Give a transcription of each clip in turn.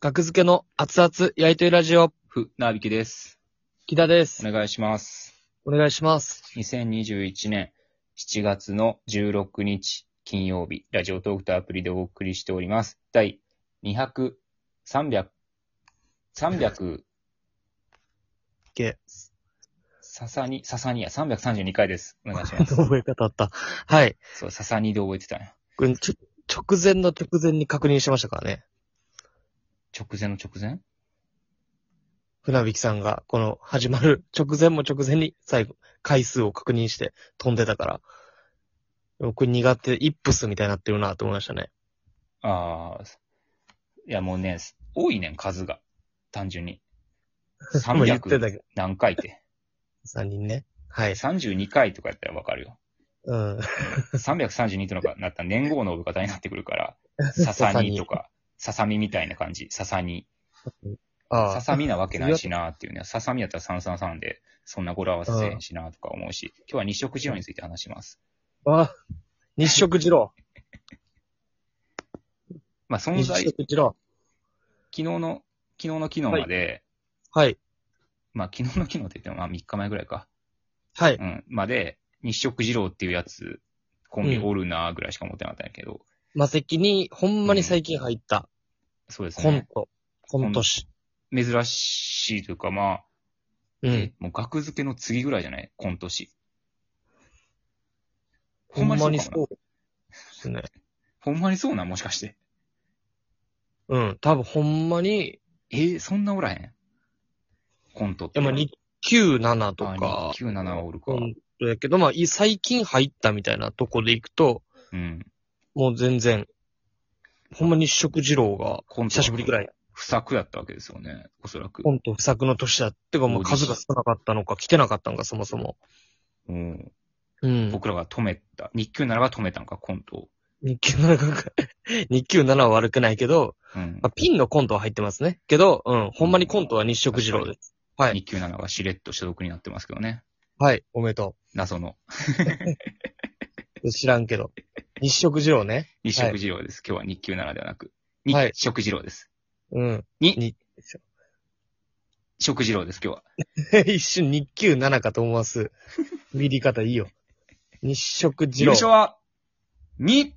学付けの熱々焼いてるラジオ、ふ、なびきです。木田です。お願いします。お願いします。 2021年7月の16日金曜日、ラジオトークとアプリでお送りしております。第200、300、300、け。 ささに、ささにや、332回です。お願いし ます。覚え方あった。はい。そう、ささにで覚えてたんや。これちょ、直前の直前に確認してましたからね。直前の直前船引さんが、この始まる直前も直前に最後、回数を確認して飛んでたから。僕苦手、イップスみたいになってるなと思いましたね。ああ、いやもうね、多いねん、数が。単純 に。300言ってたけど。何回って。 3人ね。はい。 32回とかやったらわかるよ。うん。 332とかなったら年号の覚え方になってく るから、ささにとか、ささみみたいな感じ、ささに。あさあ。さみなわけないしなーっていうね。ささみやったら333で、そんな語呂合わせせえへんしなーとか思うし、今日は日食二郎について話します。あ日食二郎。まあ存日在、食昨二郎。日の、昨日の昨日まで、はい。まあ昨日の昨日って言ってもまあ3日前ぐらいか。。はいうん。まで、日食二郎っていうやつ、コンビうんおるなーぐらいしか思ってなかったんやけど、魔石に、ほんまに最近入った、そうですコンね。ト。コント師。珍しいというかまあ、うえん。もう額付けの次ぐらいじゃないコント師。ほんまにそそうかもなうですね。ほんまにそうなんもしかして。うん。多分ほんまに、えーそんなおらへんコントっいて。やまあ、297とあか、 297おるか。ううんん。だけど、まあ、い最近入ったみたいなとこで行くと、。もう全然、ほんまに日食二郎が、コント。久しぶりぐらい。、不作やったわけですよね。おそらくコ。ント不作の年だってか、もう数が少なかったのか、来てなかったのか、そもそも。うん。うん。僕らが止めた。日給ならが止めたんか、コントを。日給7が、 日給7は悪くないけど、うんまあ、。ピンのコントは入ってますね。けど、うん。ほんまにコントは日食二郎です。はい。日給ならがしれっと所属になってますけどね。はい。おめでとう。謎の。知らんけど。日食二郎ね。日食二郎です。今日は日給ならではなく。日はい食二郎です。うん。 食二郎です、今日は。一瞬日給7かと思わす。見り方いいよ。日食二優郎。勝は、に、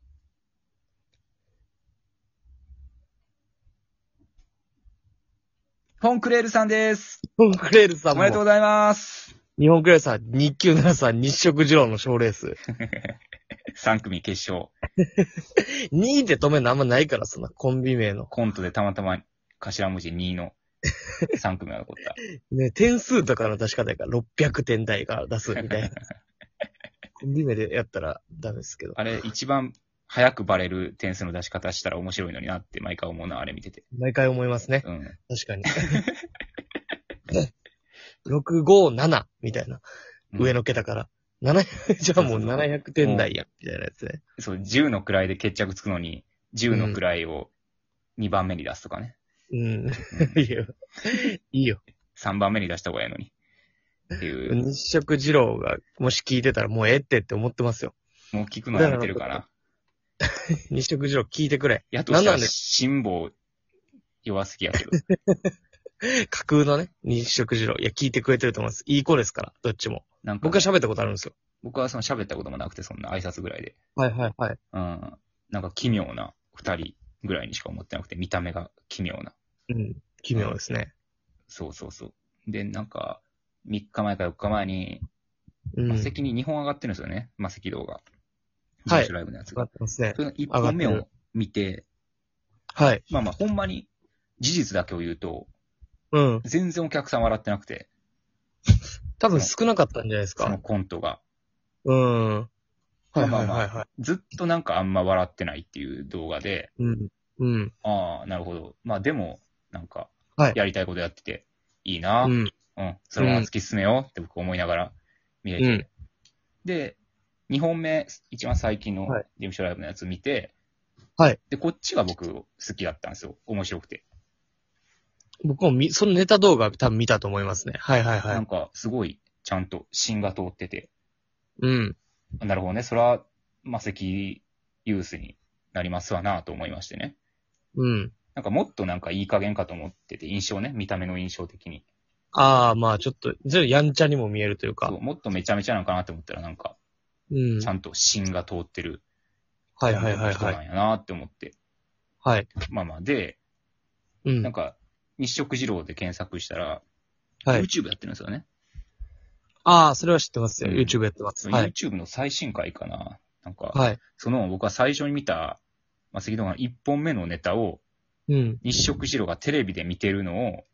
ポンクレールさんです。日本クレールさおんめでとうも。ございます。日本クレールさん、日給7さん、日食二郎の賞レース。 3組決勝。 2で止めるのあんまないから、そんなコンビ名の。コントでたまたま頭文字2の3組が残 った。ね、点数とかの出し方やから、600点台から出すみ たいな。コンビ名でやったらダメですけど。あれ、一番早くバレる点数の出し方したら面白いのになって毎回思うな、あれ見てて。毎回思いますね。 うん。確かに。657みたいな。上の。の桁から。七じゃあもうそうそう700点台やん、みたいなやつね。そう、10の位で決着つくのに、10の位を2番目に出すとかね。うん。 いいよ。いいよ。 3番目に出した方がいいのに。っていう。日食二郎が、もし聞いてたらもうええってって思ってますよ。もう聞くのやめてるから。日食二郎聞いてくれ。やっとしたなんならんで辛抱弱すぎやけど。架空のね、日食二郎。いや、聞いてくれてると思います。いい子ですから、どっちも。なんかね、僕は喋ったことあるんですよ。僕はその喋ったこともなくて、そんな挨拶ぐらいで。はいはいはい。うん。なんか奇妙な二人ぐらいにしか思ってなくて、見た目が奇妙な。うん。奇妙ですね。そうそうそう。で、なんか、3日前か4日前に、うん。魔わ石に2本上がってるんですよね。魔石動画。はい事務所ライブのやつかが。ってますねそ。れの1本目上がを見て、はい。まあまあ、ほんまに事実だけを言うと、うん。全然お客さん笑ってなくて、多分少なかったんじゃないですそのか。コントが。うん。はいはいまはあいまあはずっとなんかあんま笑ってないっていう動画で、い。うん。うん。ああ、なるほど。まあでも、なんかはい、やりたいことやってて、いいな、ううん、ん。それは突き進めようって僕思いながら見れて。うんで、2本目、一番最近のはい事務所ライブのやつ見て、はいで、こっちが僕好きだったんですよ。面白くて。僕もみ、そのネタ動画多分見たと思いますね。はいはいはないん。か、すごい、ちゃんと芯が通ってて、うん。なるほどね、それは、魔石ユースになりますわなと思いましてね。うん。なんかもっとなんかいい加減かと思ってて、印象ね、見た目の印象的に。ああ、まあちょっと、ずっとやんちゃにも見えるというかそ。うもっとめちゃめちゃなのかなって思ったら、なんか、うんち。ゃんと芯が通ってるはいはいはい人は。ないんやなって思って。はい。まあまあ、で、うなんん。か、日食二郎で検索したら、はい。 YouTube やってるんですよね。ああ、それは知ってますよ。うん YouTube やってます。はい。 YouTube の最新回かな。なんか、はい。その僕は最初に見た、まあ、杉戸が1本目のネタを、うん。日食二郎がテレビで見てる のを、はい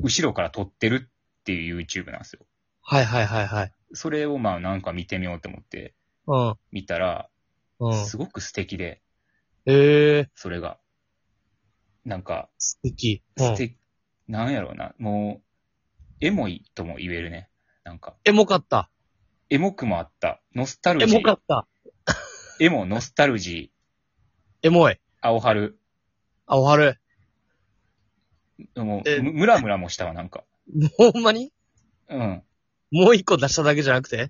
後ろから撮ってるっていう YouTube なんですよ。はいはいはい。それをまあなんか見てみようと思ってう見たら、ん。うん。すごく素敵で、ええー、それが。なんか、素敵。う素ん。敵、なんやろうな、もう、エモいとも言えるね。なんか、エモかった。エモくもあった。ノスタルエジモかー。った。エモ、ノスタルジエモい。ー、青春。あ、おはる。もえう、むムラムラもしたわ、なんか。ほんまにうん。もう一個出しただけじゃなくて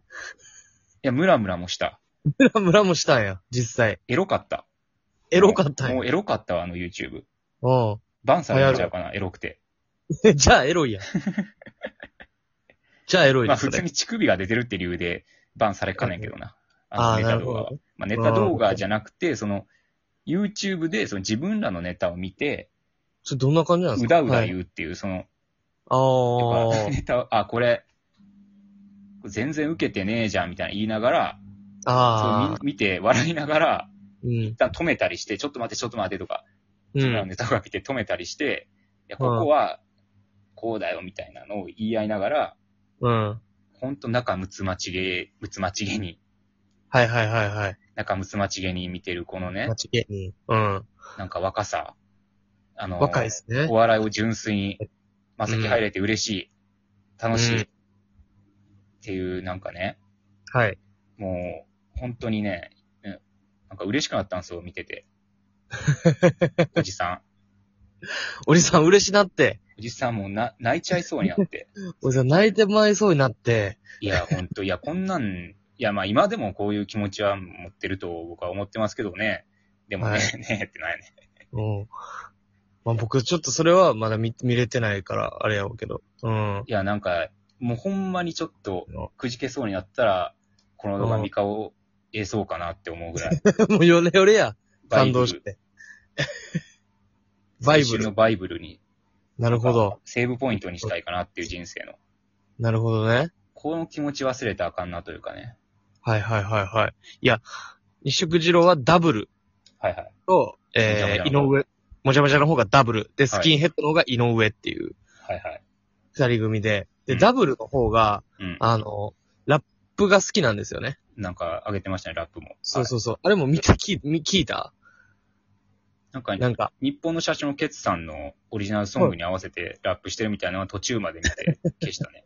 いや、ムラムラもした。ムラムラもしたんや、実際。エロかった。エロかったんや。もうエロかったわ、あの YouTube。うバンさん見ちゃうかな、エロくて。ん。じゃあエロいやん。じゃあエロいまであ、す普ね通。に乳首が出てるって理由で、バンされかねんけどな。ああ、のなネタる動ほ画はど。。まあ、ネタ動画じゃなくて、その、YouTube でその自分らのネタを見て、それどんな感じなんですうかだうだう。言うっていう、その、やっはぱい ネタを、あ、これ、全然受けてねえじゃん、みたいな言いながら、あそあ。うああ。見見て、笑いながら、うん一。旦止めたりして、ちょっと待って、ちょっと待ってとか、う自分らのん。ネタを見て止めたりして、いや、ここは、こうだよ、みたいなのを言い合いながら、うん。ほんと仲睦まちげ、睦まちげに、はいはいはいはい。仲睦まちげに見てるこのね間、違い。うん。なんか若さ。あの、若いですねお。笑いを純粋に、まさき入れて嬉しい、楽しい、うんっていう、なんかね、はい。もう、本当にね、うんなんか嬉しくなったんですよ、見てて。 おじさん。おじさん嬉しなって。おじさんもうな、泣いちゃいそうにな って。おじさん泣いてまいそうになって。いや、本当いや、こんなん、いや、まあ今でもこういう気持ちは持ってると僕は思ってますけどね。でもはね、い ねえってなんやね。うん。まあ僕ちょっとそれはまだ見見れてないから、あれやろうけど。うん。 いや、なんか、もうほんまにちょっと、くじけそうになったら、この動画見顔、ええそうかなって思うぐらい。もうヨレヨレや。 感動しるて。 バイブ青春のル。バイブルに、なるほど。セーブポイントにしたいかなっていう人生の。なるほどね。この気持ち忘れたらあかんなというかね。はいはいはいはい。いや、一色二郎はダブルはいはい。と、えー、も井じゃも上、もじゃもじゃの方がダブル。で、はスいキンヘッドの方が井上っていうはいはい。二人組で。うで、んダブルの方が、うん。あの、ラップが好きなんですよね。なんか、上げてましたね、ラップも。そうう。そうそう。あれも見た、聞い見聞いたなんか、なんか、日本の社長のケツさんのオリジナルソングに合わせてラップしてるみたいなのは途中まで見て消し たね。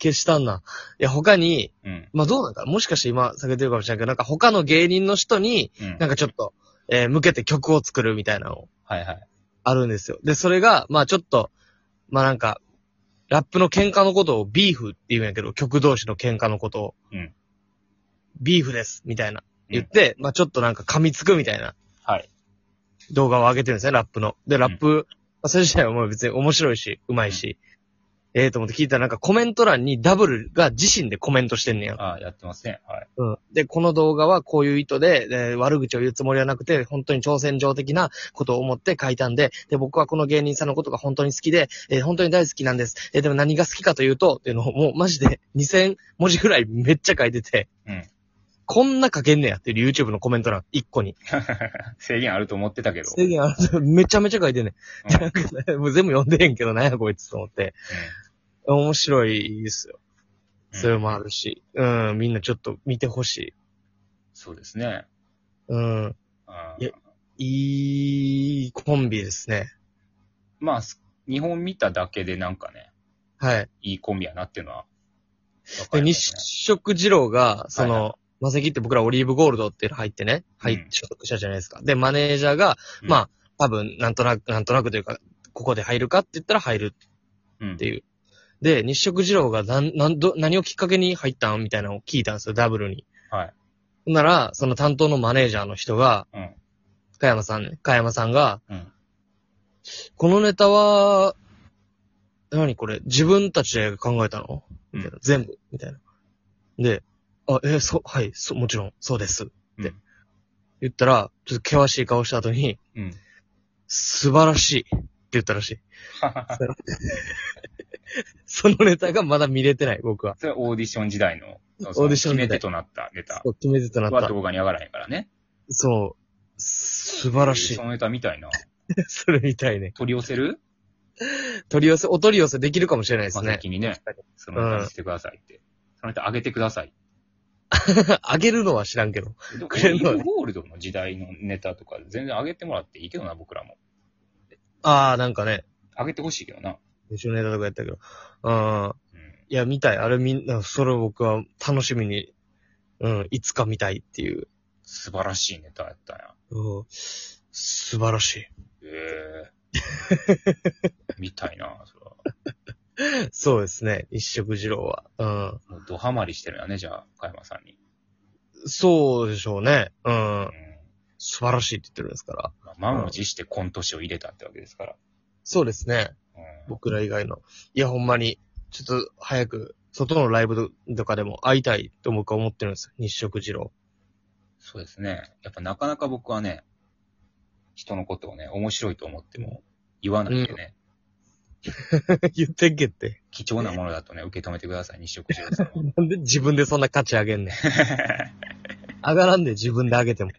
消したんな。いや、他に、うん。まあどうなんか、もしかして今、避けてるかもしれないけど、なんか他の芸人の人に、うん。なんかちょっと、えー向けて曲を作るみたいなのをはいはい。あるんですよ。で、それが、まあちょっと、まあなんか、ラップの喧嘩のことをビーフって言うんやけど、曲同士の喧嘩のことを、うんビーフです、みたいな。言って、まあちょっとなんか噛みつくみたいなはい。動画を上げてるんですね、ラップの。で、ラップ、まあそれ自体はもう別に面白いし、うまいし、ええと思って聞いたらなんかコメント欄にダブルが自身でコメントしてんねや。ああ、やってますね。はい。 うん。で、この動画はこういう意図で、で悪口を言うつもりはなくて、本当に挑戦状的なことを思って書いたんで、で、僕はこの芸人さんのことが本当に好きで、えー本当に大好きなんです。えーでも何が好きかというと、っていうのをもうマジで2000文字 ぐらいめっちゃ書いてて、うんこんな書けんねやっていう YouTube のコメント欄、1個に。制限あると思ってたけど。制限あるめちゃめちゃ書いてんねん。うんなんかねもう全部読んでへんけど、なんやこいつと思って。面白いですよ。うんそれもあるし。うん、みんなちょっと見てほしい。そうですね。うん。あいーやいいコンビですね。まあ、す日本見ただけでなんかね、はい。いいコンビやなっていうのはわかで、りま日すね。食二郎が、そはいの、マセキって僕らオリーブゴールドっていうの入ってね、はうんい、所属者じゃないですか。で、マネージャーが、うんまあ、多分、なんとなく、なんとなくというか、ここで入るかって言ったら入るうんっていう。で、日食二郎がなん、なんど、何をきっかけに入ったんみたいなのを聞いたんですよ、ダブルに。はい。ほんなら、その担当のマネージャーの人が、うん。加山さんね。加山さんが、うんこのネタは、何これ自分たちで考えたのみたいな。全部みたいな。で、あ、えーそう、はい、そう、もちろん、そうです。ってうん言ったら、ちょっと険しい顔した後に、うん。 素晴らしいって言ったらしい。そのネタがまだ見れてない、僕は。それはオーディション時代の、オーディション時代決め手となったネタそう決めてとなっはた。動画に上がらへんからね。そう。素晴らしいそ。のネタみたいな。 それみたいね。取り寄せる取り寄せ、お取り寄せできるかもしれないですまね。先にね確か、そのネタにしてくださいって。そのネタ上げてください。 あげるのは知らんけど。 でもくれんのねオリーブゴールドの時代のネタとか全然上げてもらっていいけどな、僕らも。ああ、なんかね、上げてほしいけどな。一緒ネタとかやったけど。うん。うん。いや、見たい。あれみんな、それ僕は楽しみに、うん、いつか見たいっていう。素晴らしいネタやったんや。うん、素晴らしい。 ええみたいな、それは。そうですね、一色二郎は。うん。もうドハマりしてるよね、じゃあ、加山さんに。そうでしょうね。う。うんん。素晴らしいって言ってるんですから。まあ、満を持してコント師を入れたってわけですから。そうですね。うん。僕ら以外の。いや、ほんまに、ちょっと早く、外のライブとかでも会いたいと僕は思ってるんですよ。日食二郎。 そうですね。やっぱなかなか僕はね、人のことをね、面白いと思っても言わないんでね、言ってんけって。貴重なものだとね、受け止めてください、日食二 郎さんは。なんで自分でそんな価値上げんねん。 上がらんで自分で上げても。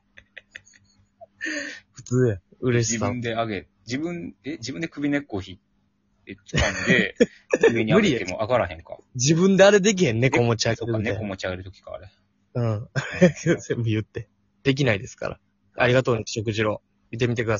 普通や。嬉し自さ。分であげ、自分、え、自分で首根っこをひえ掴 んで、上に上げても上がらへんか。自分であれできへん、猫持ち上げそてっか、みたい猫な。持ち上げるときか、あれ。 うん。全部言って。できないですから。ありがとう、日食二郎。見てみてください。